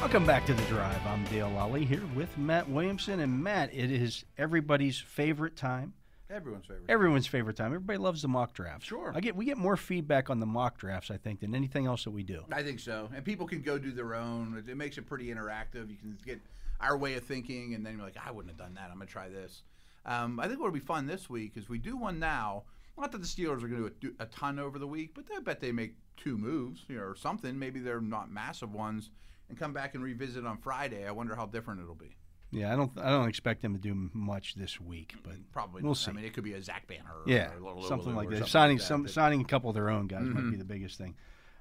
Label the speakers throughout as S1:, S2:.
S1: Welcome back to the drive. I'm Dale Lally here with Matt Williamson, and Matt, it is everybody's favorite time.
S2: Everyone's favorite.
S1: Everyone's favorite time. Everybody loves the mock draft.
S2: Sure.
S1: I get we get more feedback on the mock drafts, I think, than anything else that we do.
S2: I think so. And people can go do their own. It- It makes it pretty interactive. You can get our way of thinking, and then you're like, I wouldn't have done that. I'm going to try this. Um, I think what'll be fun this week is we do one now. Not that the Steelers are going to do a ton over the week, but I bet they make two moves you know, or something. Maybe they're not massive ones, and come back and revisit on Friday. I wonder how different it'll be.
S1: Yeah, I don't I don't expect them to do much this week, but
S2: Probably.
S1: We'll
S2: not.
S1: see.
S2: I mean, it could be a Zach Banner. Or
S1: yeah,
S2: a little
S1: something like
S2: or
S1: that.
S2: something
S1: Signing
S2: that,
S1: some
S2: but- Mm-hmm.
S1: signing a couple of their own guys might be the biggest thing.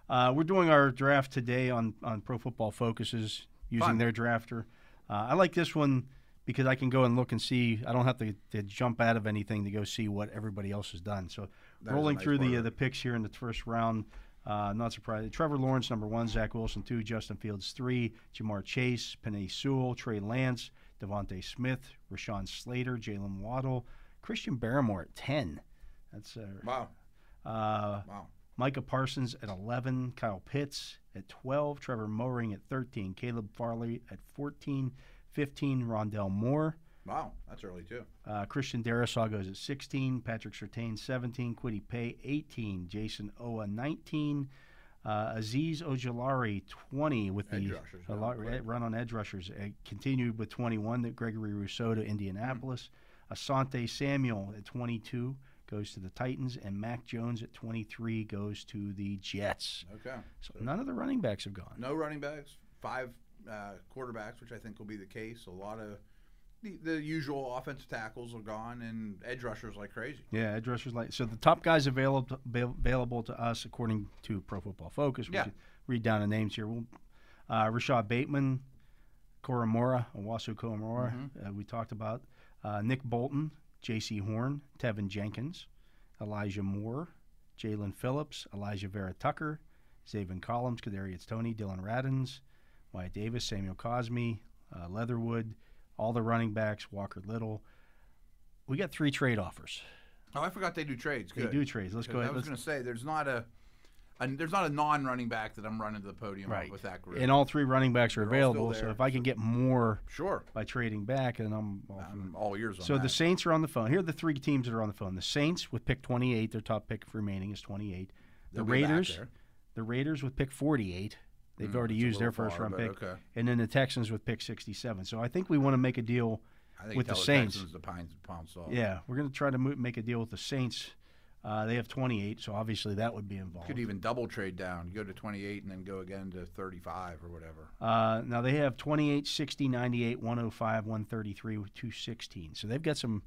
S1: Uh, we're doing our draft today on on Pro Football Focuses using
S2: Fun.
S1: their drafter. Uh, I like this one because I can go and look and see. I don't have to, to jump out of anything to go see what everybody else has done. So
S2: is a
S1: rolling
S2: nice
S1: through
S2: part
S1: the
S2: of
S1: uh, the picks here in the first round. Uh, not surprised. Trevor Lawrence, number one. Zach Wilson, two. Justin Fields, three. Jamar Chase, Panay Sewell, Trey Lance, Devontae Smith, Rashawn Slater, Jalen Waddle, Christian Barrymore at 10. That's uh,
S2: Wow.
S1: uh,
S2: Wow.
S1: Micah Parsons at 11, Kyle Pitts at 12, Trevor Moring at 13, Caleb Farley at 14, 15, Rondell Moore,
S2: Wow. That's early, too.
S1: uh, Christian Darasaw goes at 16, Patrick Sertain 17, Quiddy Pay 18, Jason Oa 19, uh, Aziz Ojolari 20 with
S2: Edge
S1: the
S2: rushers,
S1: a
S2: yeah,
S1: lot-
S2: correct.
S1: run on edge rushers. Uh, continued with 21 that Gregory Rousseau
S2: Mm-hmm.
S1: to Indianapolis. Asante Samuel at 22 goes to the Titans, and Mac Jones at 23 goes to the Jets.
S2: Okay.
S1: So none of the running backs have gone.
S2: No running backs, five uh, quarterbacks, which I think will be the case. A lot of the, the usual offensive tackles are gone, and edge rushers like crazy.
S1: Yeah, edge rushers like so. The top guys available available to us according to Pro Football Focus. We
S2: Yeah.
S1: should read down the names here. We'll, uh, Rashad Bateman, Koromora, Owasu Koromora, uh, we talked about. Uh, Nick Bolton, J.C. Horn, Tevin Jenkins, Elijah Moore, Jalen Phillips, Elijah Vera Tucker, Zavin Collins, Kadarius Tony, Dylan Radins, Wyatt Davis, Samuel Cosme, uh, Leatherwood, all the running backs, Walker Little. We got three trade offers.
S2: Oh, I forgot they do trades. Good.
S1: They do trades. Let's go
S2: Because I
S1: ahead.
S2: was
S1: Let's,
S2: going to say there's not a, a there's not a non-running back that I'm running to the podium
S1: Right.
S2: with that group.
S1: and all three running backs are
S2: They're all still
S1: available. So
S2: there,
S1: if I can get more
S2: sure,
S1: by trading back, then I'm all for
S2: I'm all ears on
S1: So
S2: that.
S1: the Saints are on the phone. Here are the three teams that are on the phone. The Saints with pick 28, their top pick remaining is 28. The
S2: They'll be back
S1: Raiders,
S2: there. Mm,
S1: the Raiders with pick 48. They've already
S2: that's a
S1: used their
S2: little
S1: first
S2: far,
S1: round
S2: but
S1: pick.
S2: okay.
S1: And then the Texans with pick 67. So I think we want to make a deal
S2: I think
S1: with the
S2: Taylor
S1: Saints.
S2: Jackson's the Pines pound salt.
S1: Yeah, we're going to try to mo- make a deal with the Saints. Uh, they have 28, so obviously that would be involved.
S2: Could even double trade down, go to 28 and then go again to 35 or whatever.
S1: Uh, now they have 28, 60, 98, 105, 133, 216. So they've got some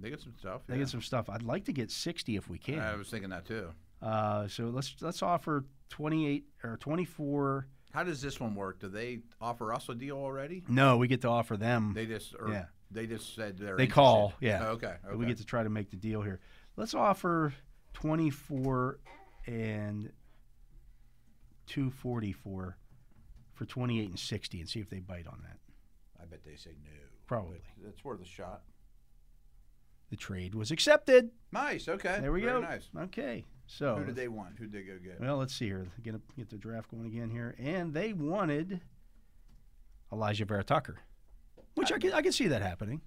S2: They get some stuff.
S1: they
S2: yeah.
S1: got some stuff. I'd like to get 60 if we can.
S2: I was thinking that too.
S1: Uh, so let's let's offer 28 or 24.
S2: How does this one work? Do they offer us a deal already?
S1: No, we get to offer them.
S2: They just or
S1: Yeah.
S2: they just said they're
S1: They
S2: interested.
S1: call, yeah.
S2: Oh, okay,
S1: but
S2: okay.
S1: We get to try to make the deal here. Let's offer 24 and 244 for 28 and 60 and see if they bite on that.
S2: I bet they say no.
S1: Probably.
S2: But It's worth a shot.
S1: The trade was accepted.
S2: Nice. Okay.
S1: There we
S2: Very
S1: go.
S2: Nice.
S1: Okay. So
S2: Who did they want? Who did they go get?
S1: Well, let's see here. Get a, get the draft going again here, and they wanted Elijah Vera Tucker, which I can I can see that happening.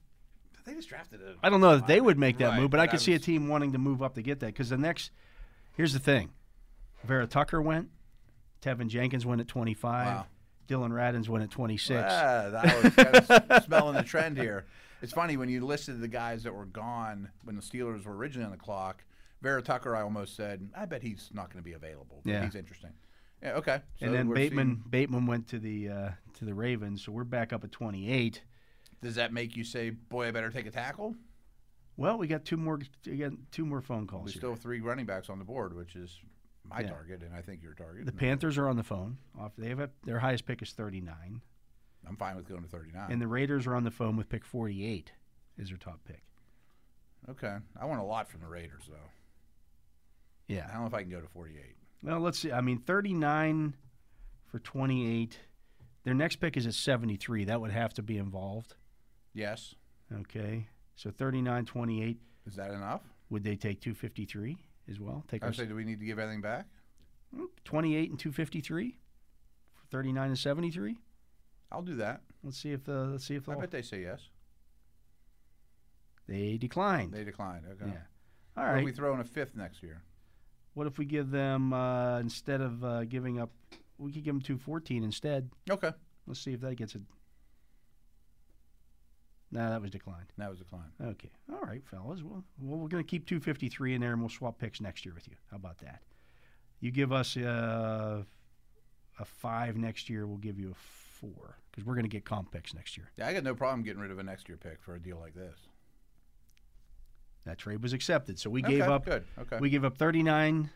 S2: They just drafted a.
S1: I don't know that they would make that
S2: Right,
S1: move, but I
S2: but
S1: could
S2: I
S1: see a
S2: was-
S1: team wanting to move up to get that because the next. Here's the thing, Vera Tucker went, Tevin Jenkins went at 25,
S2: Wow.
S1: Dylan Radins went at 26.
S2: Ah, I was kind of s- smelling the trend here. It's funny when you listed the guys that were gone when the Steelers were originally on the clock. Vera Tucker, I almost said, I bet he's not going to be available. But
S1: Yeah.
S2: He's interesting. Yeah. Okay.
S1: and
S2: So
S1: then
S2: we're
S1: Bateman
S2: seeing-
S1: Bateman went to the uh, to the Ravens, so we're back up at 28.
S2: does that make you say, boy, I better take a tackle?
S1: Well, we got two more we got two more phone calls.
S2: We
S1: here.
S2: still have three running backs on the board, which is my
S1: Yeah.
S2: target, and I think your target.
S1: The
S2: No.
S1: Panthers are on the phone. Off they have a, their highest pick is 39.
S2: I'm fine with going to 39.
S1: And the Raiders are on the phone with pick 48 is their top pick.
S2: okay. I want a lot from the Raiders, though. I
S1: Yeah.
S2: don't know if I can go to 48.
S1: Well, let's see. I mean, 39 for 28. Their next pick is at 73. That would have to be involved.
S2: Yes.
S1: Okay. So 39, 28.
S2: Is that enough?
S1: Would they take 253 as well? Take
S2: I
S1: our
S2: would say, do we need to give anything back?
S1: 28 and 253? 39 and 73?
S2: I'll do that.
S1: Let's see if the let's see if
S2: I
S1: the,
S2: bet they say yes.
S1: they declined.
S2: They uh, declined. Okay.
S1: yeah. All
S2: What
S1: right.
S2: if we throw in a fifth next year?
S1: What if we give them uh, instead of uh, giving up, we could give them two fourteen instead.
S2: Okay.
S1: Let's see if that gets it. No, that was declined.
S2: That was declined.
S1: Okay, all right, fellas. Well, well we're going to keep two fifty three in there, and we'll swap picks next year with you. How about that? You give us uh, a five next year, we'll give you a four because we're going to get comp picks next year.
S2: Yeah, I got no problem getting rid of a next year pick for a deal like this.
S1: That trade was accepted, so we gave
S2: okay,
S1: up.
S2: Good. Okay.
S1: We gave up thirty nine.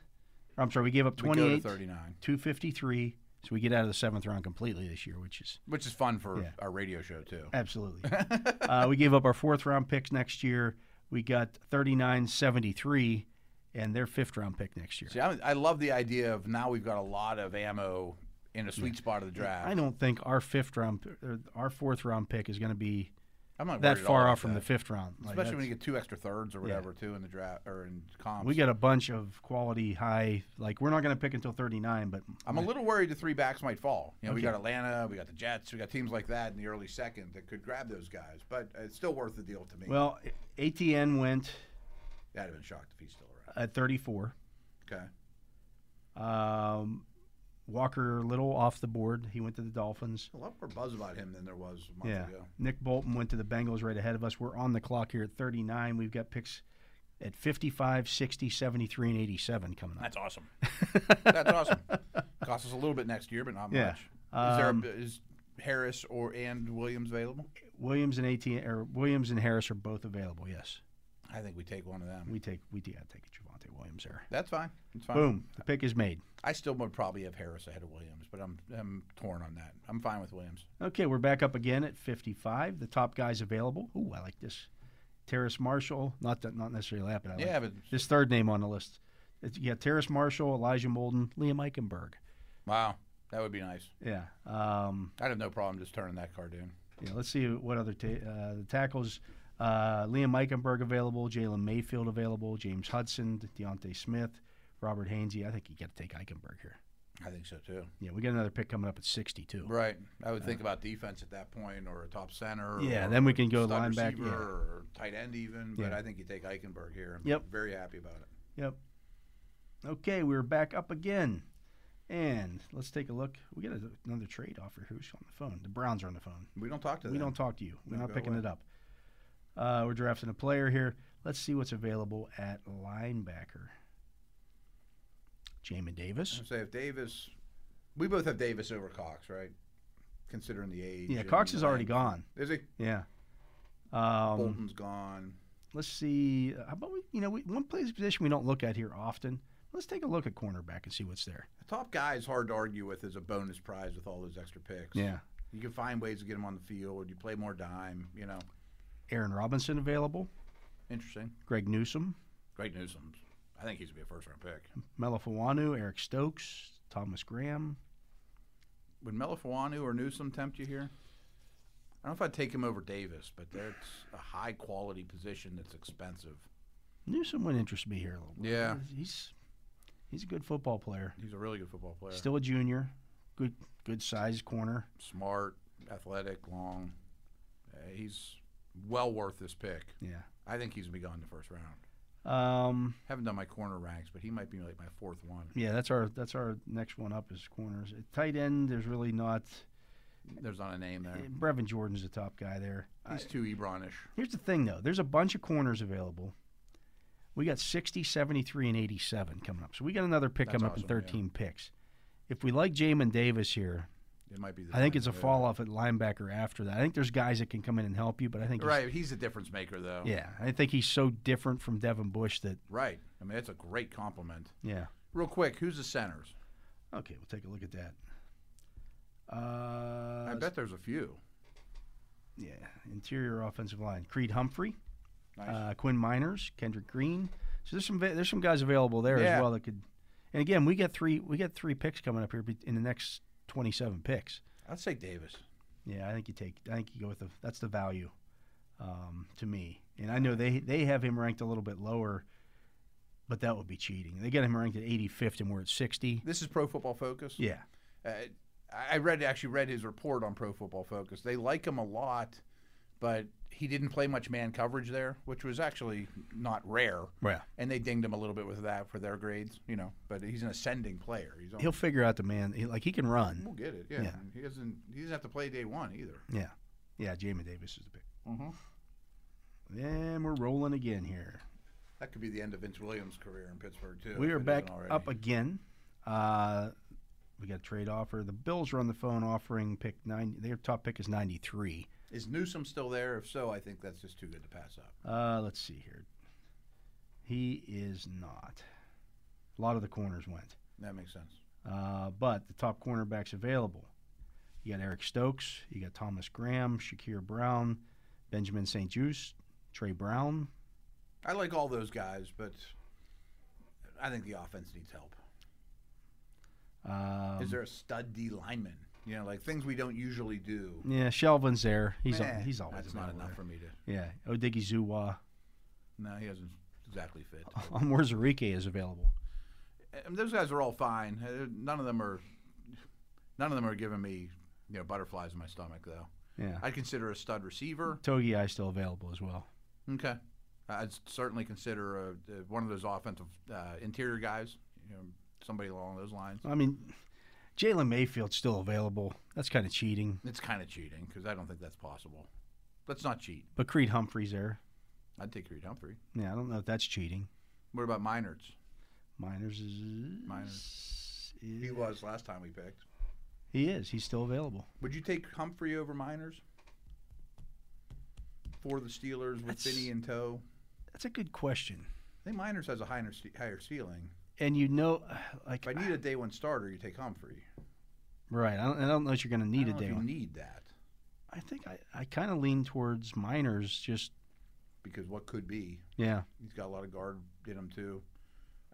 S1: I'm sorry, we gave up
S2: We go to
S1: twenty eight,
S2: 39,
S1: two fifty three. So we get out of the seventh round completely this year, which is
S2: which is fun for
S1: Yeah.
S2: our radio show, too.
S1: Absolutely. uh, we gave up our fourth round picks next year. We got 39 73 and their fifth round pick next year.
S2: See, I, I love the idea of now we've got a lot of ammo in a sweet spot of the draft.
S1: I don't think our fifth round, or our fourth round pick is going to be
S2: I'm not
S1: that
S2: worried at
S1: far
S2: all
S1: off from
S2: about
S1: the fifth round.
S2: that.
S1: Like,
S2: Especially when you
S1: that's-
S2: get two extra thirds or whatever, too, in the draft or in comps.
S1: we got a bunch of quality high. Like we're not going to pick until 39, but
S2: I'm a little worried the three backs might fall. You know, we got Atlanta, we got the Jets, we got teams like that in the early second that could grab those guys, but it's still worth the deal to me.
S1: well, ATN went
S2: I'd have been shocked if he's still around.
S1: at 34.
S2: Okay.
S1: Um, Walker Little off the board. He went to the Dolphins.
S2: A lot more buzz about him than there was a month
S1: Yeah.
S2: ago.
S1: Nick Bolton went to the Bengals right ahead of us. We're on the clock here at 39. We've got picks at 55, 60, 73, and 87 coming up.
S2: That's awesome. That's awesome. Costs us a little bit next year, but not
S1: Yeah. Um,
S2: much. Is there a, b- is Harris or and Williams available?
S1: Williams and ATN, or Williams and Harris are both available. Yes,
S2: I think we take one of them.
S1: we take we yeah, take a Javante Williams there.
S2: That's fine. It's fine.
S1: Mm. Boom, the pick is made.
S2: I still would probably have Harris ahead of Williams, but I'm I'm torn on that. I'm fine with Williams.
S1: Okay, we're back up again at 55. The top guys available. Ooh, I like this. Terrace Marshall, not that, not necessarily that, but I
S2: yeah,
S1: like
S2: but
S1: this third name on the list. It's, yeah, Terrace Marshall, Elijah Molden, Liam Eichenberg.
S2: wow, that would be nice.
S1: Yeah. Um,
S2: I'd have no problem just turning that card in.
S1: Yeah, let's see what other ta- uh, the tackles. Uh, Liam Eichenberg available, Jalen Mayfield available, James Hudson, Deontay Smith, Robert Hainsey. I think you got to take Eichenberg here.
S2: I think so too.
S1: Yeah, we got another pick coming up at 62.
S2: Right. I would think about defense at that point, or a top center.
S1: Yeah,
S2: or
S1: then we can go
S2: stud
S1: linebacker,
S2: receiver
S1: yeah.
S2: or tight end even. But
S1: Yeah.
S2: I think you take Eichenberg here. I'm
S1: Yep.
S2: Very happy about it.
S1: Yep. Okay, we're back up again. And let's take a look. We got a- another trade offer. Who's on the phone? The Browns are on the phone.
S2: We don't talk to them.
S1: We don't talk to you. We're
S2: No,
S1: not
S2: go
S1: picking
S2: away.
S1: it up. Uh, we're drafting a player here. Let's see what's available at linebacker. Jamin Davis.
S2: I'd say if Davis, we both have Davis over Cox, right? Considering the age.
S1: Yeah,
S2: and
S1: Cox is
S2: the
S1: already
S2: length.
S1: gone.
S2: Is it?
S1: Yeah. Um,
S2: Bolton's gone.
S1: let's see. uh, How about we? You know, we, one place position we don't look at here often. Let's take a look at cornerback and see what's there.
S2: The top guy is hard to argue with as a bonus prize with all those extra picks. You can find ways to get him on the field. You play more dime. You know,
S1: Aaron Robinson available.
S2: interesting.
S1: Greg Newsom,
S2: Great news. I'm- I think he's gonna be a first round pick.
S1: Melifawanu, Eric Stokes, Thomas Graham.
S2: Would Melifuanu or Newsom tempt you here? I don't know if I'd take him over Davis, but that's a high quality position that's expensive.
S1: Newsom would interest me here a little bit.
S2: Yeah.
S1: He's he's a good football player.
S2: He's a really good football player.
S1: Still a junior. Good good size corner.
S2: Smart, athletic, long. Uh, he's well worth this pick.
S1: Yeah.
S2: I think he's gonna be gone in the first round.
S1: Um,
S2: Haven't done my corner ranks, but he might be like my fourth one.
S1: yeah, that's our that's our next one up is corners. At tight end, there's really not
S2: There's not a name there.
S1: Brevin Jordan's the top guy there.
S2: He's too Ebronish.
S1: Here's the thing, though. There's a bunch of corners available. We got 60, 73, and 87 coming up. So we got another pick
S2: That's
S1: coming
S2: awesome,
S1: up in
S2: yeah.
S1: 13 picks. If we like Jamin Davis here,
S2: It might be. The
S1: I think
S2: time
S1: it's a
S2: to do
S1: fall off at linebacker after that. I think there's guys that can come in and help you, but I think
S2: it.
S1: he's,
S2: Right, he's a difference maker though.
S1: yeah, I think he's so different from Devin Bush that
S2: Right. I mean, that's a great compliment.
S1: yeah.
S2: Real quick, who's the centers?
S1: Okay, we'll take a look at that. Uh,
S2: I bet there's a few.
S1: yeah, interior offensive line. Creed Humphrey,
S2: Nice.
S1: uh, Quinn Miners, Kendrick Green. So there's some va- there's some guys available there
S2: Yeah.
S1: as well that could. And again, we got three we got three picks coming up here be- in the next 27 picks.
S2: I'd say Davis.
S1: Yeah, I think you take I think you go with the that's the value um, to me. And I know they they have him ranked a little bit lower, but that would be cheating. They got him ranked at 85th and we're at 60.
S2: This is Pro Football Focus.
S1: Yeah,
S2: Uh, I I read actually read his report on Pro Football Focus. They like him a lot, but he didn't play much man coverage there, which was actually not rare.
S1: Yeah.
S2: And they dinged him a little bit with that for their grades, you know. But he's an ascending player. He's on,
S1: he'll figure out the man. He, like he can run.
S2: we'll get it. Yeah.
S1: Yeah.
S2: He doesn't. He doesn't have to play day one either.
S1: Yeah, yeah. Jamin Davis is the pick.
S2: Mm-hmm.
S1: Then we're rolling again here.
S2: That could be the end of Vince Williams' career in Pittsburgh too.
S1: we
S2: if
S1: are
S2: it
S1: back
S2: isn't already.
S1: up again. Uh, we got a trade offer. The Bills are on the phone offering pick nine. Their top pick is ninety three.
S2: Is Newsom still there? If so, I think that's just too good to pass up.
S1: Uh, let's see here. He is not. A lot of the corners went,
S2: That makes sense.
S1: uh, but the top cornerbacks available. You got Eric Stokes. You got Thomas Graham, Shakir Brown, Benjamin St. Juice, Trey Brown.
S2: I like all those guys, but I think the offense needs help.
S1: Um,
S2: Is there a stud D lineman? You know, like things we don't usually do.
S1: Yeah, Shelvin's there. He's al-
S2: Eh,
S1: he's always
S2: That's not
S1: available
S2: enough for me to.
S1: there. Yeah, Odigi Zuwa,
S2: No, he doesn't exactly fit.
S1: Amor Zarike is available.
S2: And those guys are all fine. Uh, None of them are. None of them are giving me, you know, butterflies in my stomach though.
S1: Yeah,
S2: I'd consider a stud receiver.
S1: Togi is still available as well.
S2: Okay. I'd certainly consider a, uh, one of those offensive uh, interior guys. You know, somebody along those lines.
S1: I mean, Jalen Mayfield's still available. That's kind of cheating.
S2: It's kind of cheating because I don't think that's possible. Let's not cheat.
S1: But Creed Humphrey's there.
S2: I'd take Reed Humphrey.
S1: Yeah, I don't know if that's cheating.
S2: What about Minards?
S1: Miners is
S2: Miners.
S1: is-
S2: He was last time we picked.
S1: He is. He's still available.
S2: Would you take Humphrey over Miners for the Steelers with
S1: That's-
S2: Finney in tow?
S1: That's a good question.
S2: I think Miners has a higher ce- higher ceiling.
S1: And you know, like
S2: If I need a day one starter, you take Humphrey.
S1: right? I don't, I don't know if you're going to need
S2: I
S1: a
S2: don't know if
S1: day
S2: you
S1: one.
S2: need that
S1: I think I, I kind of lean towards Miners. Just
S2: because what could be?
S1: yeah,
S2: He's got a lot of guard in him too.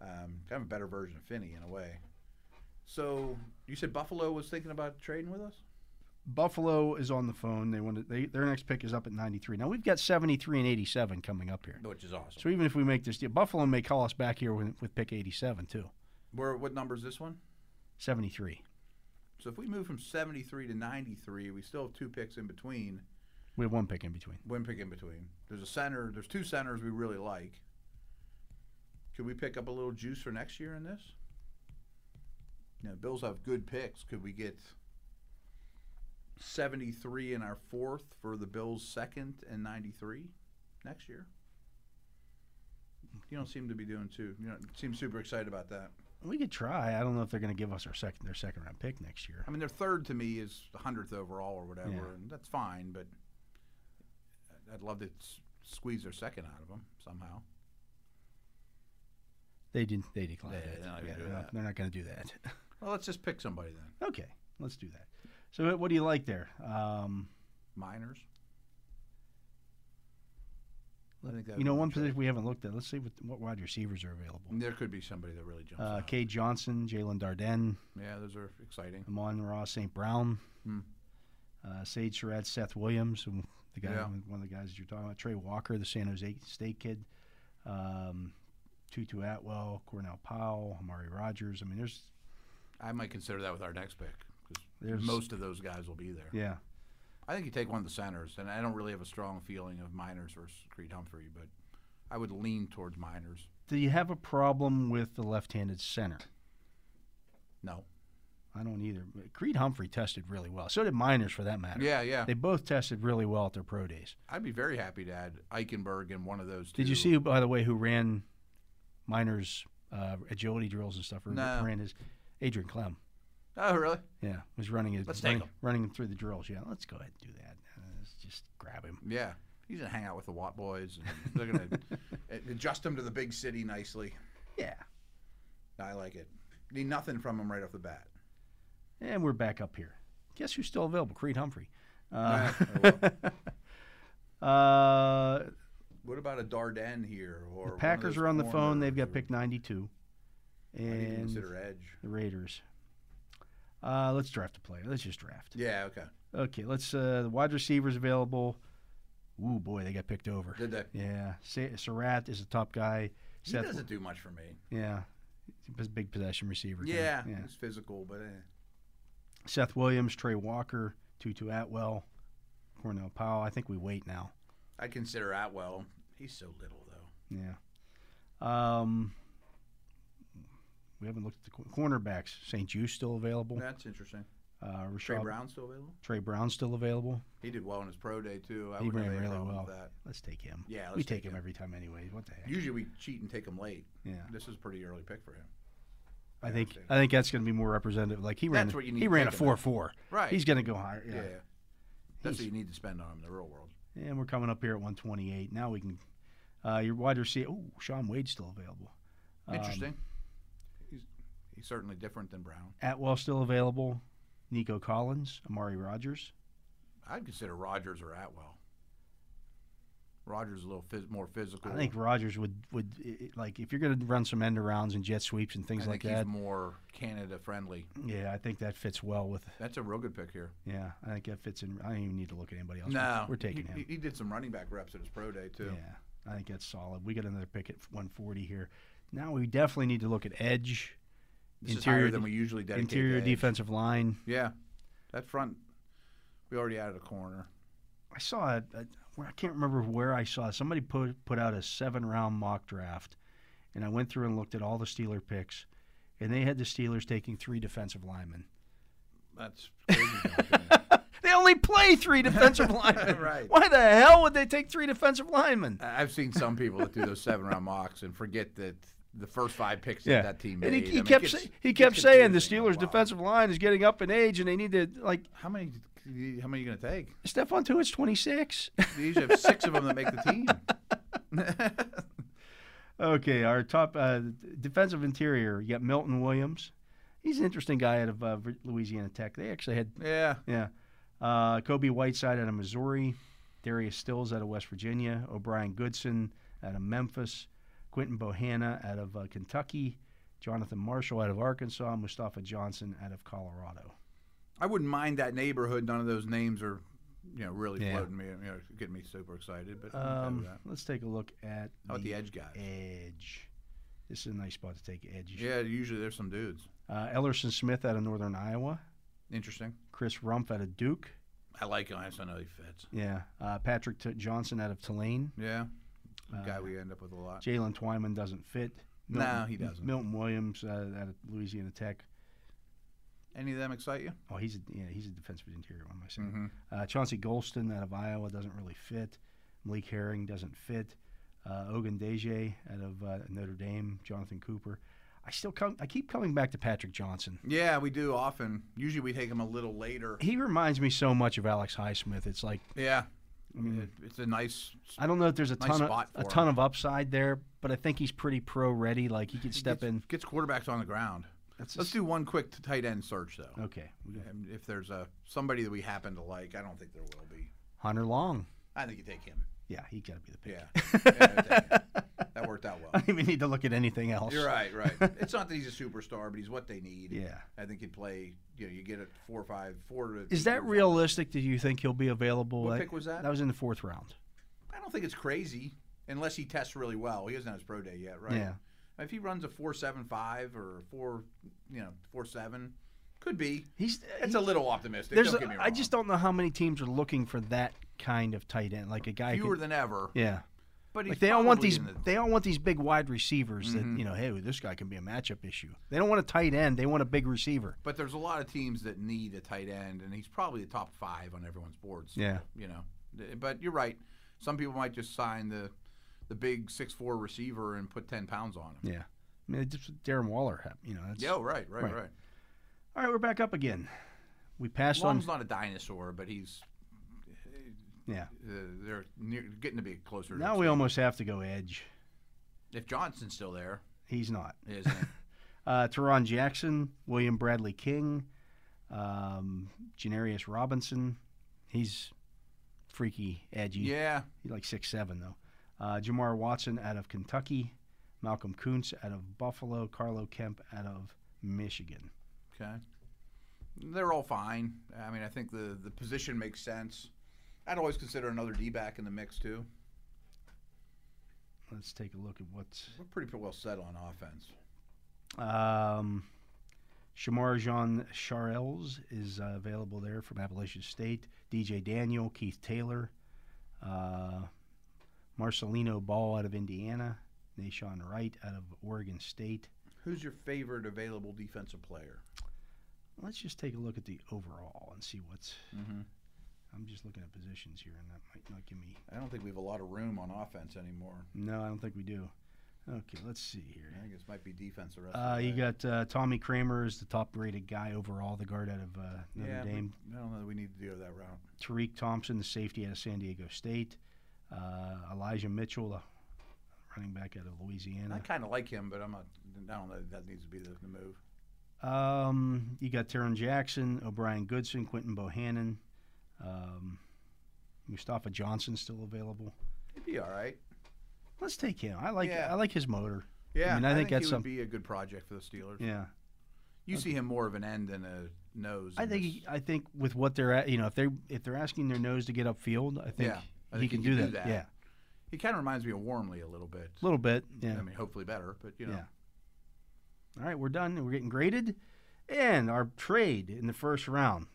S2: Um, kind of a better version of Finney in a way. So you said Buffalo was thinking about trading with us?
S1: Buffalo is on the phone. They want to, they, their next pick is up at 93. Now we've got 73 and 87 coming up here.
S2: Which is awesome.
S1: So even if we make this deal, Buffalo may call us back here with, with pick 87 too.
S2: Where what number is this one?
S1: 73.
S2: So if we move from 73 to 93, we still have two picks in between.
S1: We have one pick in between.
S2: One pick in between. There's a center. There's two centers we really like. Could we pick up a little juice for next year in this? You know, Bills have good picks. Could we get 73 in our fourth for the Bills' second and 93 next year? You don't seem to be doing too. You don't seem super excited about that.
S1: We could try. I don't know if they're going to give us our second their second round pick next year.
S2: I mean, their third to me is the hundredth overall or whatever,
S1: Yeah.
S2: and that's fine. But I'd- I'd love to s- squeeze their second out of them somehow.
S1: They didn't. They declined.
S2: Yeah,
S1: it.
S2: they're not gonna do
S1: they're not,
S2: that.
S1: they're not going to do that.
S2: Well, let's just pick somebody then.
S1: okay, let's do that. So what do you like there? Um,
S2: Miners. I think that
S1: you know,
S2: would be
S1: one
S2: the choice.
S1: position we haven't looked at. Let's see what, what wide receivers are available.
S2: There could be somebody that really jumps.
S1: Uh,
S2: out.
S1: Kay Johnson, Jalen Darden,
S2: Yeah, those are exciting.
S1: Amon Ross, St. Brown,
S2: Hmm.
S1: uh, Sage Surratt, Seth Williams, and the guy,
S2: Yeah.
S1: one of the guys you're talking about, Trey Walker, the San Jose State kid, um, Tutu Atwell, Cornell Powell, Amari Rogers. I mean, there's
S2: I might consider that with our next pick because
S1: there's
S2: most of those guys will be there.
S1: yeah.
S2: I think you take one of the centers, and I don't really have a strong feeling of Miners versus Creed Humphrey, but I would lean towards Miners.
S1: Do you have a problem with the left-handed center?
S2: No.
S1: I don't either. But Creed Humphrey tested really well. So did Miners, for that matter.
S2: Yeah, yeah.
S1: They both tested really well at their pro days.
S2: I'd be very happy to add Eichenberg in one of those. Two.
S1: Did you see, by the way, who ran Miners' uh, agility drills and stuff? Or
S2: No.
S1: Ran his Adrian Clem.
S2: Oh, really?
S1: Yeah, was running his
S2: Let's take
S1: running,
S2: him.
S1: running him through the drills. Yeah, let's go ahead and do that. Uh, let's just grab him.
S2: Yeah. He's gonna hang out with the Watt boys. And they're gonna a- adjust him to the big city nicely.
S1: Yeah.
S2: I like it. Need nothing from him right off the bat.
S1: And we're back up here. Guess who's still available? Creed Humphrey. Uh,
S2: Yeah, oh,
S1: uh,
S2: What about a Darden here? Or one of
S1: Packers
S2: those
S1: are on the phone.
S2: corners
S1: They've got
S2: or-
S1: pick 92.
S2: I need to
S1: And
S2: consider edge.
S1: the Raiders. Uh, let's draft a player. Let's just draft.
S2: Yeah, okay.
S1: Okay, let's. Uh, the wide receivers available. Ooh, boy, they got picked over.
S2: Did that?
S1: Yeah, Sa- Surratt is a top guy.
S2: He
S1: Seth-
S2: doesn't do much for me.
S1: yeah, he's a big possession receiver. too.
S2: Yeah,
S1: yeah.
S2: he's physical, but eh.
S1: Seth Williams, Trey Walker, Tutu Atwell, Cornell Powell. I think we wait now.
S2: I consider Atwell. He's so little though.
S1: Yeah. Um, we haven't looked at the cor- cornerbacks. St. Jude still available.
S2: That's interesting.
S1: Uh, Rashad,
S2: Trey Brown's still available.
S1: Trey Brown still available.
S2: He did well in his pro day too. I
S1: He
S2: wouldn't
S1: ran
S2: have any
S1: really
S2: problem
S1: well.
S2: with that.
S1: Let's take him.
S2: Yeah,
S1: we
S2: let's
S1: take
S2: take
S1: him
S2: him.
S1: every time anyway. What the heck?
S2: Usually we cheat and take him late.
S1: yeah.
S2: This is a pretty early pick for him.
S1: I think
S2: understand.
S1: I think that's going to be more representative. Like he ran,
S2: That's what you need
S1: he
S2: to
S1: ran a
S2: take him
S1: four four.
S2: Right.
S1: He's going to go higher.
S2: yeah.
S1: Yeah. He's-
S2: That's what you need to spend on him in the real world.
S1: And we're coming up here at 128. Now we can. Uh, your wide receiver. Oh, Sean Wade's still available. Um,
S2: Interesting. he's he's certainly different than Brown.
S1: Atwell still available. Nico Collins, Amari Rogers.
S2: I'd consider Rogers or Atwell. Rogers a little phys- more physical.
S1: I think Rogers would would i- i- like if you're going to run some end arounds and jet sweeps and
S2: I
S1: things
S2: think
S1: like
S2: he's
S1: that.
S2: more Canada friendly.
S1: Yeah, I think that fits well with.
S2: That's a real good pick here.
S1: Yeah, I think that fits in. I don't even need to look at anybody else. We're-
S2: No,
S1: we're taking
S2: he,
S1: him.
S2: He, he did some running back reps at his pro day too.
S1: Yeah, I think that's solid. We got another pick at 140 here. Now we definitely need to look at edge,
S2: This is
S1: Interior
S2: higher than
S1: de-
S2: we usually dedicate. to
S1: interior
S2: edge.
S1: defensive line.
S2: Yeah, that front. We already added a corner.
S1: I saw it. I, I can't remember where I saw it. Somebody put put out a seven round mock draft, and I went through and looked at all the Steeler picks, and they had the Steelers taking three defensive linemen.
S2: That's crazy. Duncan.
S1: They only play three defensive linemen.
S2: Right.
S1: Why the hell would they take three defensive linemen?
S2: I- I've seen some people that do those seven round mocks and forget that the first five picks that that team made.
S1: and he,
S2: I
S1: he
S2: mean, it
S1: kept
S2: gets-
S1: say, he
S2: it
S1: kept
S2: gets
S1: saying the
S2: confusing in a
S1: Steelers'
S2: while.
S1: defensive line is getting up in age, and they need to like
S2: How many? How many are you going to take?
S1: Stephon Tuitt's twenty six.
S2: They usually have six of them that make the team.
S1: Okay, our top uh, defensive interior. You got Milton Williams. He's an interesting guy out of uh, Vir- Louisiana Tech. They actually had
S2: Yeah,
S1: yeah, uh, Kobe Whiteside out of Missouri, Darius Stills out of West Virginia, O'Brien Goodson out of Memphis, Quentin Bohanna out of uh, Kentucky, Jonathan Marshall out of Arkansas, Mustafa Johnson out of Colorado.
S2: I wouldn't mind that neighborhood. None of those names are, you know, really
S1: Yeah.
S2: floating me, you know, getting me super excited. But I'm okay with
S1: Um,
S2: that.
S1: let's take a look at
S2: how about Oh, the edge guys?
S1: edge. This is a nice spot to take edge.
S2: Yeah, usually there's some dudes.
S1: Uh, Ellerson Smith out of Northern Iowa,
S2: Interesting.
S1: Chris Rumpf out of Duke.
S2: I like him. I just don't know he fits.
S1: Yeah. Uh, Patrick T- Johnson out of Tulane.
S2: Yeah,
S1: Uh,
S2: guy we end up with a lot.
S1: Jalen Twyman doesn't fit.
S2: No, he doesn't.
S1: Milton Williams uh, out of Louisiana Tech.
S2: Any of them excite you?
S1: Oh, he's a, yeah, he's a defensive interior. What am I saying?
S2: Mm-hmm.
S1: Uh, Chauncey Golston out of Iowa doesn't really fit. Malik Herring doesn't fit. Uh, Ogun Deje out of uh, Notre Dame. Jonathan Cooper. I still come. I keep coming back to Patrick Johnson.
S2: Yeah, we do often. Usually we take him a little later.
S1: He reminds me so much of Alex Highsmith. It's like
S2: Yeah,
S1: I mean,
S2: It- it's a nice.
S1: I don't know if there's a
S2: Nice
S1: ton of
S2: spot
S1: a
S2: for
S1: ton
S2: him.
S1: of upside there, but I think he's pretty pro ready. Like he could
S2: he
S1: step
S2: gets,
S1: in.
S2: Gets quarterbacks on the ground.
S1: That's
S2: Let's do one quick t- tight end search though.
S1: okay. we got
S2: And If there's a somebody that we happen to like, I don't think there will be.
S1: Hunter Long.
S2: I think you take him.
S1: Yeah, he got to be the pick.
S2: Yeah. Yeah, that worked out
S1: I
S2: well.
S1: don't even need to look at anything else.
S2: You're right, right. It's not that he's a superstar, but he's what they need.
S1: Yeah.
S2: I think he'd play. You know, you get it four or five, four. To
S1: Is that realistic? Do you think he'll be available?
S2: What
S1: That-
S2: pick was that?
S1: That was in the fourth round.
S2: I don't think it's crazy unless he tests really well. He hasn't had his pro day yet, right?
S1: Yeah.
S2: If he runs a four seven five or four, you know, four seven, could be.
S1: He's.
S2: It's
S1: he-
S2: a little optimistic.
S1: there's.
S2: don't
S1: a-
S2: get me wrong.
S1: I just don't know how many teams are looking for that kind of tight end, like a guy. who
S2: fewer
S1: could-
S2: than ever.
S1: yeah.
S2: But he's
S1: Like they all want
S2: probably
S1: these.
S2: in the- Mm-hmm.
S1: they all want these big wide receivers that you know. Hey, this guy can be a matchup issue. They don't want a tight end. They want a big receiver.
S2: but there's a lot of teams that need a tight end, and he's probably the top five on everyone's boards.
S1: Yeah.
S2: you know. Th- But you're right. Some people might just sign the the big six four receiver and put ten pounds on him.
S1: Yeah. I mean, just with Darren Waller. hap- You know. That's,
S2: Yeah, oh, right, right,
S1: Right.
S2: right.
S1: All right, we're back up again. We passed
S2: Long's
S1: on.
S2: not a dinosaur, but he's
S1: Yeah.
S2: uh, they're near, getting to be closer. to
S1: Now we almost have to go edge.
S2: if Johnson's still there,
S1: He's not.
S2: isn't he?
S1: Uh, Teron Jackson, William Bradley King, um, Janarius Robinson, He's freaky, edgy.
S2: Yeah.
S1: He's like six seven though. Uh, Jamar Watson out of Kentucky, Malcolm Kuntz out of Buffalo, Carlo Kemp out of Michigan.
S2: Okay. They're all fine. I mean, I think the, the position makes sense. I'd always consider another D back in the mix too.
S1: Let's take a look at what's
S2: We're pretty well set on offense.
S1: Um, Shamar Jean Charles is uh, available there from Appalachian State. DJ Daniel, Keith Taylor, uh, Marcelino Ball out of Indiana, Nashawn Wright out of Oregon State.
S2: Who's your favorite available defensive player?
S1: Let's just take a look at the overall and see what's.
S2: Mhm.
S1: I'm just looking at positions here, and that might not give me.
S2: I don't think we have a lot of room on offense anymore.
S1: No, I don't think we do. Okay, let's see here.
S2: I think this might be defense the rest. of
S1: Uh,
S2: the
S1: you
S2: way.
S1: got uh, Tommy Kramer is the top rated guy overall, the guard out of uh, Notre
S2: yeah,
S1: Dame.
S2: we- I don't know. that We need to go that route.
S1: Tariq Thompson, the safety out of San Diego State. Uh, Elijah Mitchell, the running back out of
S2: I
S1: Louisiana.
S2: kind of like him, but I'm not. I don't know. That needs to be the, the move.
S1: Um, you got Taron Jackson, O'Brien Goodson, Quentin Bohannon, um, Mustafa Johnson still available.
S2: He'd be all right.
S1: Let's take him. I like
S2: Yeah.
S1: I like his motor.
S2: Yeah,
S1: mean, I think
S2: he
S1: that's
S2: would
S1: some-
S2: be a good project for the Steelers.
S1: Yeah,
S2: You see him more of an end than a nose.
S1: I
S2: in
S1: think
S2: this-
S1: he- I think with what they're at, you know, if they if they're asking their nose to get upfield, I think
S2: Yeah, I
S1: he can,
S2: think
S1: do, that. Yeah,
S2: he kind of reminds me of Warmly a little bit.
S1: a little bit. Yeah.
S2: I mean, hopefully better, but you know.
S1: Yeah. All right, we're done. We're getting graded. And our trade in the first round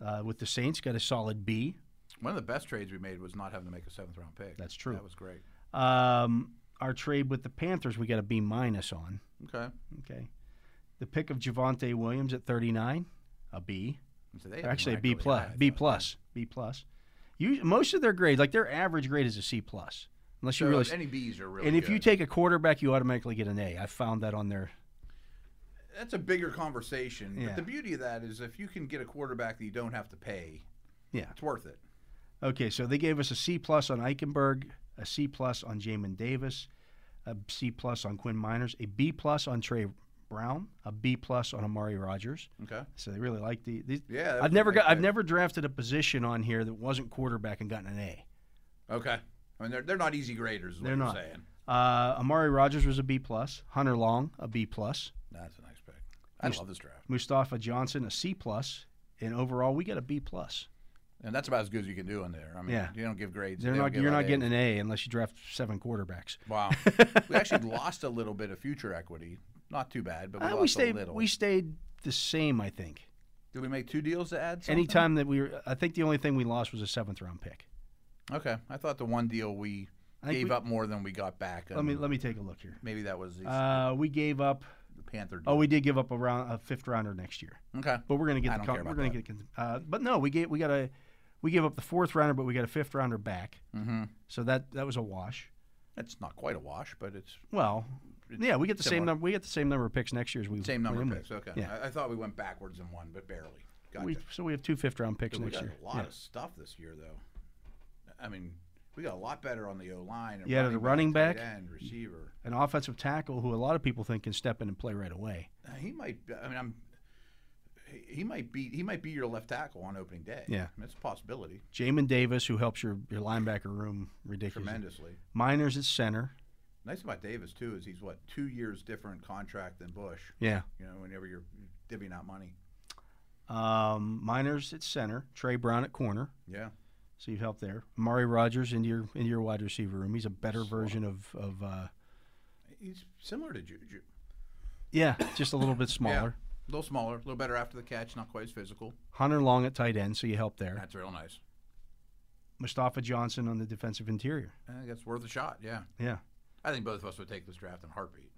S1: uh, with the Saints got a solid B.
S2: One of the best trades we made was not having to make a seventh round pick.
S1: That's true.
S2: That was great.
S1: Um, our trade with the Panthers, we got a B minus on.
S2: Okay.
S1: Okay. The pick of Javante Williams at 39, a B.
S2: And so they
S1: They're
S2: had
S1: actually a B
S2: Miracle
S1: plus.
S2: AI, I
S1: B
S2: thought.
S1: plus. B plus. You, most of their grades, like their average grade is a C plus, unless you
S2: So
S1: really.
S2: any B's are really.
S1: and if you
S2: good.
S1: take a quarterback, you automatically get an A. I found that on their
S2: that's a bigger conversation.
S1: Yeah.
S2: But the beauty of that is if you can get a quarterback that you don't have to pay,
S1: Yeah.
S2: it's worth it.
S1: Okay, so they gave us a C plus on Eichenberg, a C plus on Jamin Davis, a C plus on Quinn Miners, a B plus on Trey Brown, a B plus on Amari Rogers.
S2: Okay.
S1: So they really like the. These,
S2: Yeah. that was
S1: I've
S2: a
S1: never
S2: nice
S1: got. I've
S2: pick.
S1: never drafted a position on here that wasn't quarterback and gotten an A.
S2: Okay. I mean, they're, they're not easy graders. Is what
S1: They're
S2: you're
S1: not.
S2: saying.
S1: Uh, Amari Rogers was a B plus. Hunter Long a B plus.
S2: That's a nice pick. I
S1: Must-
S2: love this draft,
S1: Mustafa Johnson a C plus. And overall, we got a B plus.
S2: and that's about as good as you can do in there. I mean,
S1: Yeah.
S2: you don't give grades.
S1: They're
S2: they don't
S1: not.
S2: give
S1: You're
S2: out
S1: not
S2: A's.
S1: getting an A unless you draft seven quarterbacks.
S2: Wow. we actually lost a little bit of future equity. Not too bad, but we
S1: Uh,
S2: lost
S1: we
S2: a
S1: stayed.
S2: little.
S1: We stayed the same, I think.
S2: Did we make two deals to add? Something?
S1: Anytime that we were, I think the only thing we lost was a seventh round pick.
S2: Okay, I thought the one deal we
S1: I think
S2: gave
S1: we-
S2: up more than we got back.
S1: Let me let me take a look here.
S2: maybe that was the,
S1: Uh, we gave up.
S2: the Panther deal.
S1: Oh, we did give up a round, a fifth rounder next year,
S2: okay.
S1: but we're gonna
S2: I
S1: get the.
S2: don't
S1: con-
S2: care
S1: we're
S2: about
S1: gonna
S2: that.
S1: get. the con- Uh, but no, we gave we got a, we gave up the fourth rounder, but we got a fifth rounder back.
S2: Mm-hmm.
S1: So that that was a wash.
S2: It's not quite a wash, but it's
S1: Well, yeah, we get the same
S2: similar.
S1: number. We get the same number of picks next year as we went
S2: same number
S1: in
S2: of
S1: with.
S2: picks. Okay,
S1: Yeah.
S2: I, I thought we went backwards in one, but barely. Gotcha.
S1: We, so we have two fifth round picks
S2: Dude, we
S1: next
S2: got
S1: year.
S2: a lot of stuff this year, though. I mean, we got a lot better on the O line.
S1: Yeah, the running back.
S2: and receiver.
S1: An offensive tackle who a lot of people think can step in and play right away.
S2: Uh, He might. I mean, I'm. he- He might be. He might be your left tackle on opening day.
S1: Yeah.
S2: I mean, it's a possibility.
S1: Jamin Davis, who helps your, your linebacker room ridiculous.
S2: Tremendously.
S1: Miners at center.
S2: Nice about Davis too is he's what two years different contract than Bush.
S1: Yeah.
S2: You know, whenever you're divvying out money.
S1: Um, Miners at center, Trey Brown at corner.
S2: Yeah.
S1: So you help there. Amari Rogers into your into your wide receiver room. He's a better version of of uh,
S2: He's similar to Juju.
S1: yeah, just a little bit smaller.
S2: A little smaller, a little better after the catch, not quite as physical.
S1: Hunter Long at tight end, so you help there.
S2: That's real nice.
S1: Mustafa Johnson on the defensive interior.
S2: I think that's worth a shot. Yeah.
S1: Yeah,
S2: I think both of us would take this draft in a heartbeat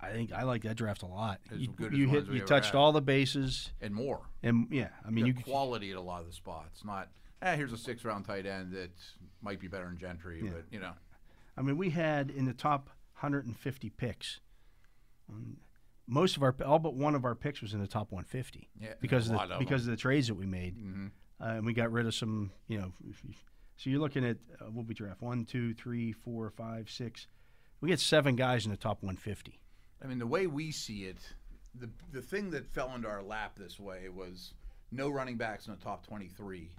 S1: I think I like that draft a lot.
S2: As
S1: you
S2: good as
S1: you
S2: ones
S1: hit
S2: we
S1: you
S2: ever
S1: touched
S2: had.
S1: all the bases,
S2: and more.
S1: and yeah, I mean
S2: You
S1: you.
S2: got quality at a lot of the spots, not. Eh, here's a six-round tight end that might be better than Gentry,
S1: Yeah.
S2: but you know,
S1: I mean we had in the top 150 picks. um, Most of our all but one of our picks was in the top 150.
S2: yeah, there's
S1: because
S2: a
S1: of
S2: lot
S1: the,
S2: of
S1: because of the trades that we made,
S2: Mhm.
S1: uh, and we got rid of some. You know, if you- so you're looking at uh, what we draft one, two, three, four, five, six. We get seven guys in the top 150.
S2: I mean, the way we see it, the the thing that fell into our lap this way was no running backs in the top 23.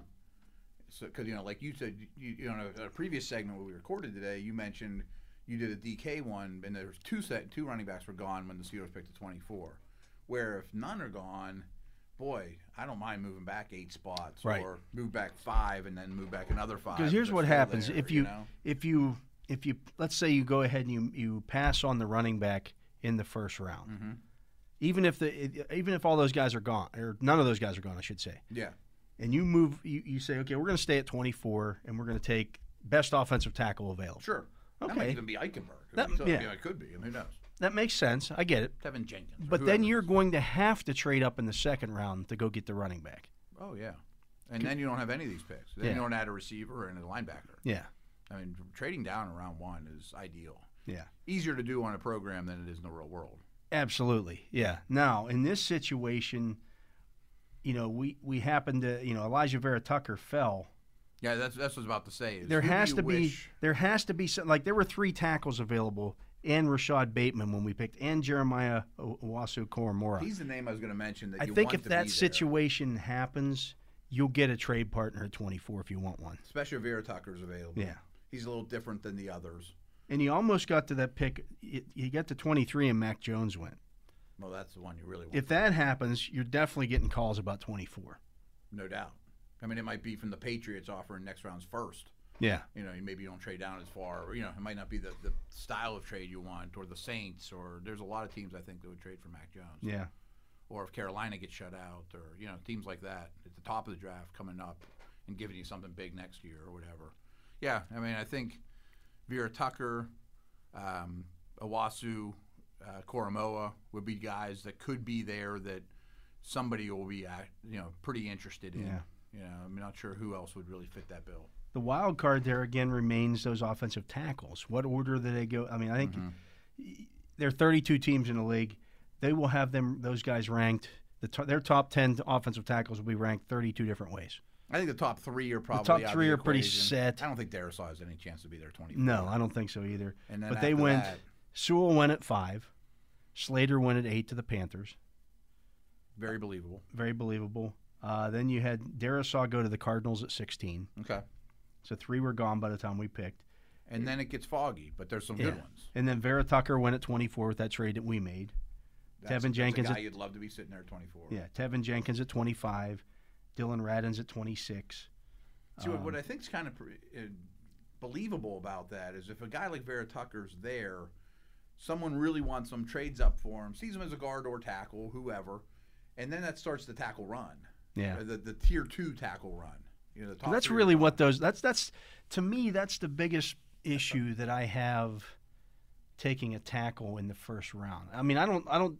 S2: because you know, like you said, you, you know, in a previous segment we recorded today, you mentioned you did a DK one, and there was two set two running backs were gone when the Steelers picked the twenty four. Where if none are gone, boy, I don't mind moving back eight spots
S1: Right.
S2: or move back five and then move back another five.
S1: Because here's
S2: They're
S1: what
S2: still
S1: happens
S2: there,
S1: if you,
S2: know?
S1: if you if you let's say you go ahead and you you pass on the running back in the first round,
S2: Mm-hmm.
S1: even if the even if all those guys are gone or none of those guys are gone, I should say,
S2: yeah,
S1: and you move you, you say okay, we're going to stay at 24 and we're going to take best offensive tackle available.
S2: sure. That might
S1: Okay.
S2: even be Eichenberg.
S1: That-
S2: so,
S1: yeah.
S2: it could be. and who knows?
S1: That makes sense. I get it.
S2: Tevin Jenkins. or
S1: But then
S2: whoever.
S1: you're going to have to trade up in the second round to go get the running back.
S2: Oh yeah, and then you don't have any of these picks. Then
S1: Yeah.
S2: you don't add a receiver and a linebacker.
S1: Yeah.
S2: I mean, trading down in round one is ideal.
S1: Yeah.
S2: Easier to do on a program than it is in the real world.
S1: Absolutely. Yeah. Now, in this situation, you know, we we happened to, you know, Elijah Vera Tucker fell.
S2: Yeah, that's that's what I was about to say. is
S1: There
S2: who do
S1: has
S2: you
S1: to be
S2: wish-
S1: there has to be some like there were three tackles available and Rashad Bateman when we picked and Jeremiah Owasu Koromora.
S2: He's the name I was going to mention. That
S1: I
S2: you
S1: think
S2: want
S1: if
S2: to
S1: that
S2: be there.
S1: situation happens, you'll get a trade partner at 24 if you want one.
S2: especially if Vera Tucker's available.
S1: Yeah.
S2: he's a little different than the others.
S1: And you almost got to that pick. You you got to 23 and Mac Jones went.
S2: Well, that's the one you really want,
S1: If that happens, you're definitely getting calls about 24.
S2: no doubt. I mean, it might be from the Patriots offering next round's first.
S1: Yeah.
S2: You know, maybe you don't trade down as far, or you know, it might not be the, the style of trade you want, or the Saints, or there's a lot of teams I think that would trade for Mac Jones.
S1: Yeah.
S2: or if Carolina gets shut out, or you know teams like that at the top of the draft coming up and giving you something big next year or whatever. Yeah, I mean I think Vera Tucker, um, Owasu, uh, Koromoa would be guys that could be there that somebody will be uh, you know pretty interested in.
S1: Yeah.
S2: You know, I'm not sure who else would really fit that bill.
S1: The wild card there again remains those offensive tackles. What order do they go? I mean, I think
S2: Mm-hmm.
S1: there are 32 teams in the league. They will have them those guys ranked. The to their top 10 offensive tackles will be ranked 32 different ways.
S2: I think the top three are probably
S1: top
S2: out of
S1: three
S2: the
S1: are pretty
S2: equation.
S1: set.
S2: I don't think Darisaw has any chance to be there 24.
S1: No, I don't think so either.
S2: And then
S1: but they
S2: after
S1: went.
S2: that-
S1: Sewell went at five. Slater went at eight to the Panthers.
S2: very believable.
S1: Very believable. Uh, then you had Darisaw go to the Cardinals at 16.
S2: Okay.
S1: So three were gone by the time we picked.
S2: and then it gets foggy. But there's some good
S1: Yeah.
S2: ones.
S1: And then Vera Tucker went at 24 with that trade that we made. Tevin
S2: that's
S1: Jenkins
S2: a
S1: at-
S2: guy you'd love to be sitting there at 24.
S1: Yeah, Tevin Jenkins at 25, Dylan Radins at 26.
S2: See, what,
S1: Um,
S2: what I think's kind of pre- uh, believable about that is if a guy like Vera Tucker's there, someone really wants him, trades up for him, sees him as a guard or tackle, whoever, and then that starts the tackle run.
S1: Yeah.
S2: Uh, The, the tier two tackle run. You know, the top
S1: That's
S2: three or
S1: really
S2: top-
S1: what those that's that's to me that's the biggest issue that I have taking a tackle in the first round. I mean, I don't I don't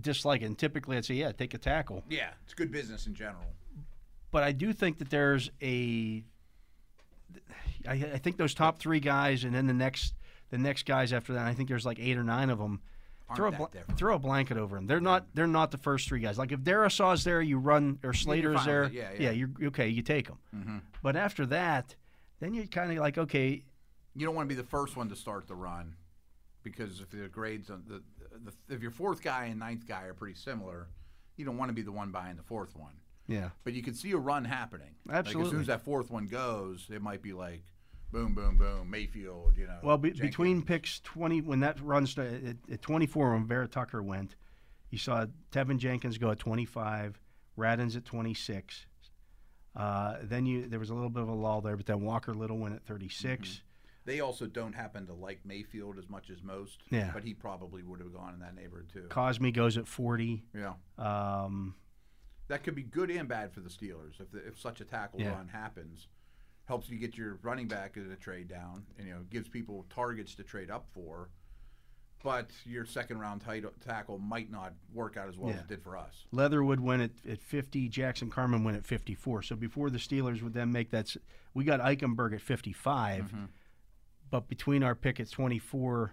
S1: dislike it. And typically I'd say yeah, take a tackle.
S2: Yeah, it's good business in general.
S1: But I do think that there's a I, I think those top 3 guys and then the next the next guys after that, I think there's like 8 or 9 of them.
S2: Aren't
S1: Throw a,
S2: that
S1: bl-
S2: different.
S1: throw a blanket over them. They're not. They're not the first three guys. Like if Derisaw's there, you run or Slater's
S2: fine with
S1: there.
S2: it. Yeah, Mm-hmm. yeah.
S1: You're okay. You take them. But after that, then you're kind of like okay.
S2: you don't want to be the first one to start the run because if the grades on the, the if your fourth guy and ninth guy are pretty similar, you don't want to be the one buying the fourth one.
S1: Yeah.
S2: But you can see a run happening. Like as soon
S1: Absolutely.
S2: as that fourth one goes, it might be like boom, boom, boom, Mayfield. You know.
S1: Well, be,
S2: Jenkins.
S1: between picks twenty, when that runs to, at, at twenty-four, when Vera Tucker went, you saw Tevin Jenkins go at twenty-five, Radins at twenty-six. Uh, then you there was a little bit of a lull there, but then Walker Little went at 36
S2: they also don't happen to like Mayfield as much as most.
S1: Yeah.
S2: But he probably would have gone in that neighborhood too.
S1: Cosme goes at forty.
S2: yeah.
S1: Um,
S2: that could be good and bad for the Steelers if, the, if such a tackle
S1: Yeah.
S2: run happens. Helps you get your running back at a trade down, and you know gives people targets to trade up for. But your second round tight, tackle might not work out as well as
S1: Yeah.
S2: it did for us.
S1: Leatherwood went at, at 50. Jackson Carmen went at 54. So before the Steelers would then make that, s- we got Eichenberg at 55. But between our pick at 24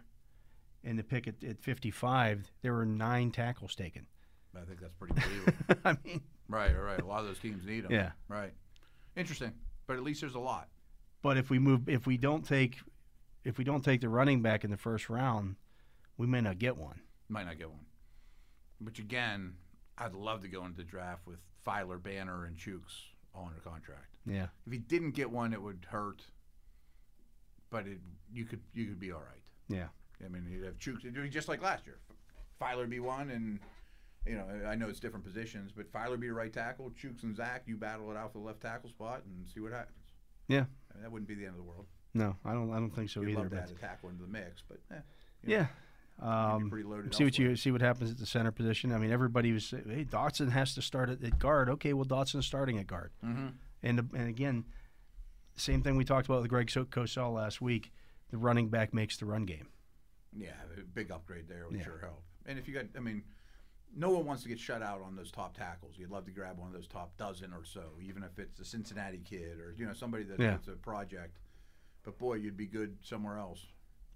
S1: and the pick at, at 55, there were nine tackles taken.
S2: I think that's pretty believable.
S1: I mean,
S2: right, all right. A lot of those teams need them.
S1: Yeah.
S2: Right. Interesting, but at least there's a lot.
S1: but if we move, if we don't take, if we don't take the running back in the first round, we may not get one.
S2: Might not get one. Which again, I'd love to go into the draft with Filer, Banner, and Chooks all under contract.
S1: Yeah.
S2: If he didn't get one, it would hurt. But it you could you could be all right.
S1: Yeah.
S2: I mean, you'd have Chooks, it'd be just like last year. Filer be one, and you know I know it's different positions, but Filer be right tackle, Chooks and Zach, you battle it out for the left tackle spot and see what happens.
S1: Yeah.
S2: I mean, that wouldn't be the end of the world.
S1: No, I don't. I don't think so
S2: You'd
S1: either.
S2: love to
S1: but-
S2: add a tackle into the mix, but eh,
S1: yeah.
S2: you'd be
S1: Um,
S2: pretty loaded.
S1: see what
S2: elsewhere.
S1: you see what happens at the center position. I mean, everybody was saying, "Hey, Dotson has to start at, at guard." Okay, well, Dotson's starting at guard,
S2: Mhm.
S1: and the- and again, same thing we talked about with Greg So- Cosell last week. The running back makes the run game.
S2: Yeah, a big upgrade there would
S1: Yeah.
S2: sure help. And if you got, I mean, no one wants to get shut out on those top tackles. You'd love to grab one of those top dozen or so, even if it's a Cincinnati kid or you know somebody that-
S1: Yeah.
S2: that's a project. But boy, you'd be good somewhere else.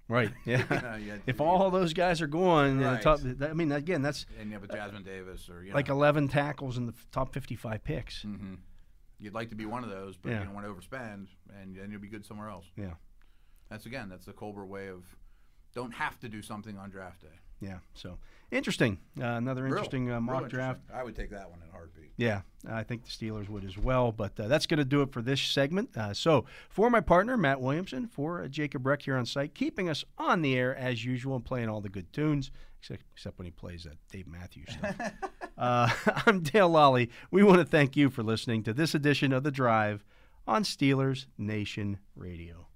S1: Right.
S2: You
S1: Yeah.
S2: know, you had-
S1: if all those guys are going, and the
S2: Right.
S1: top, that- I mean, again, that's
S2: and you have a Jasmine Davis or you know,
S1: like eleven tackles in the f- top fifty-five picks.
S2: hmm you'd like to be one of those, but
S1: Yeah.
S2: you don't want to overspend, and then you'll be good somewhere else.
S1: Yeah.
S2: That's again, that's the Colbert way of don't have to do something on draft day.
S1: Yeah. So interesting. Uh, another
S2: Real-
S1: interesting uh,
S2: real
S1: mock draft.
S2: interesting. I would take that one in a heartbeat.
S1: Yeah, I think the Steelers would as well. But uh, that's going to do it for this segment. Uh, so, for my partner, Matt Williamson, for uh, Jacob Reck here on site, keeping us on the air as usual and playing all the good tunes, except, except when he plays that Dave Matthews stuff. uh, I'm Dale Lally. We want to thank you for listening to this edition of The Drive on Steelers Nation Radio.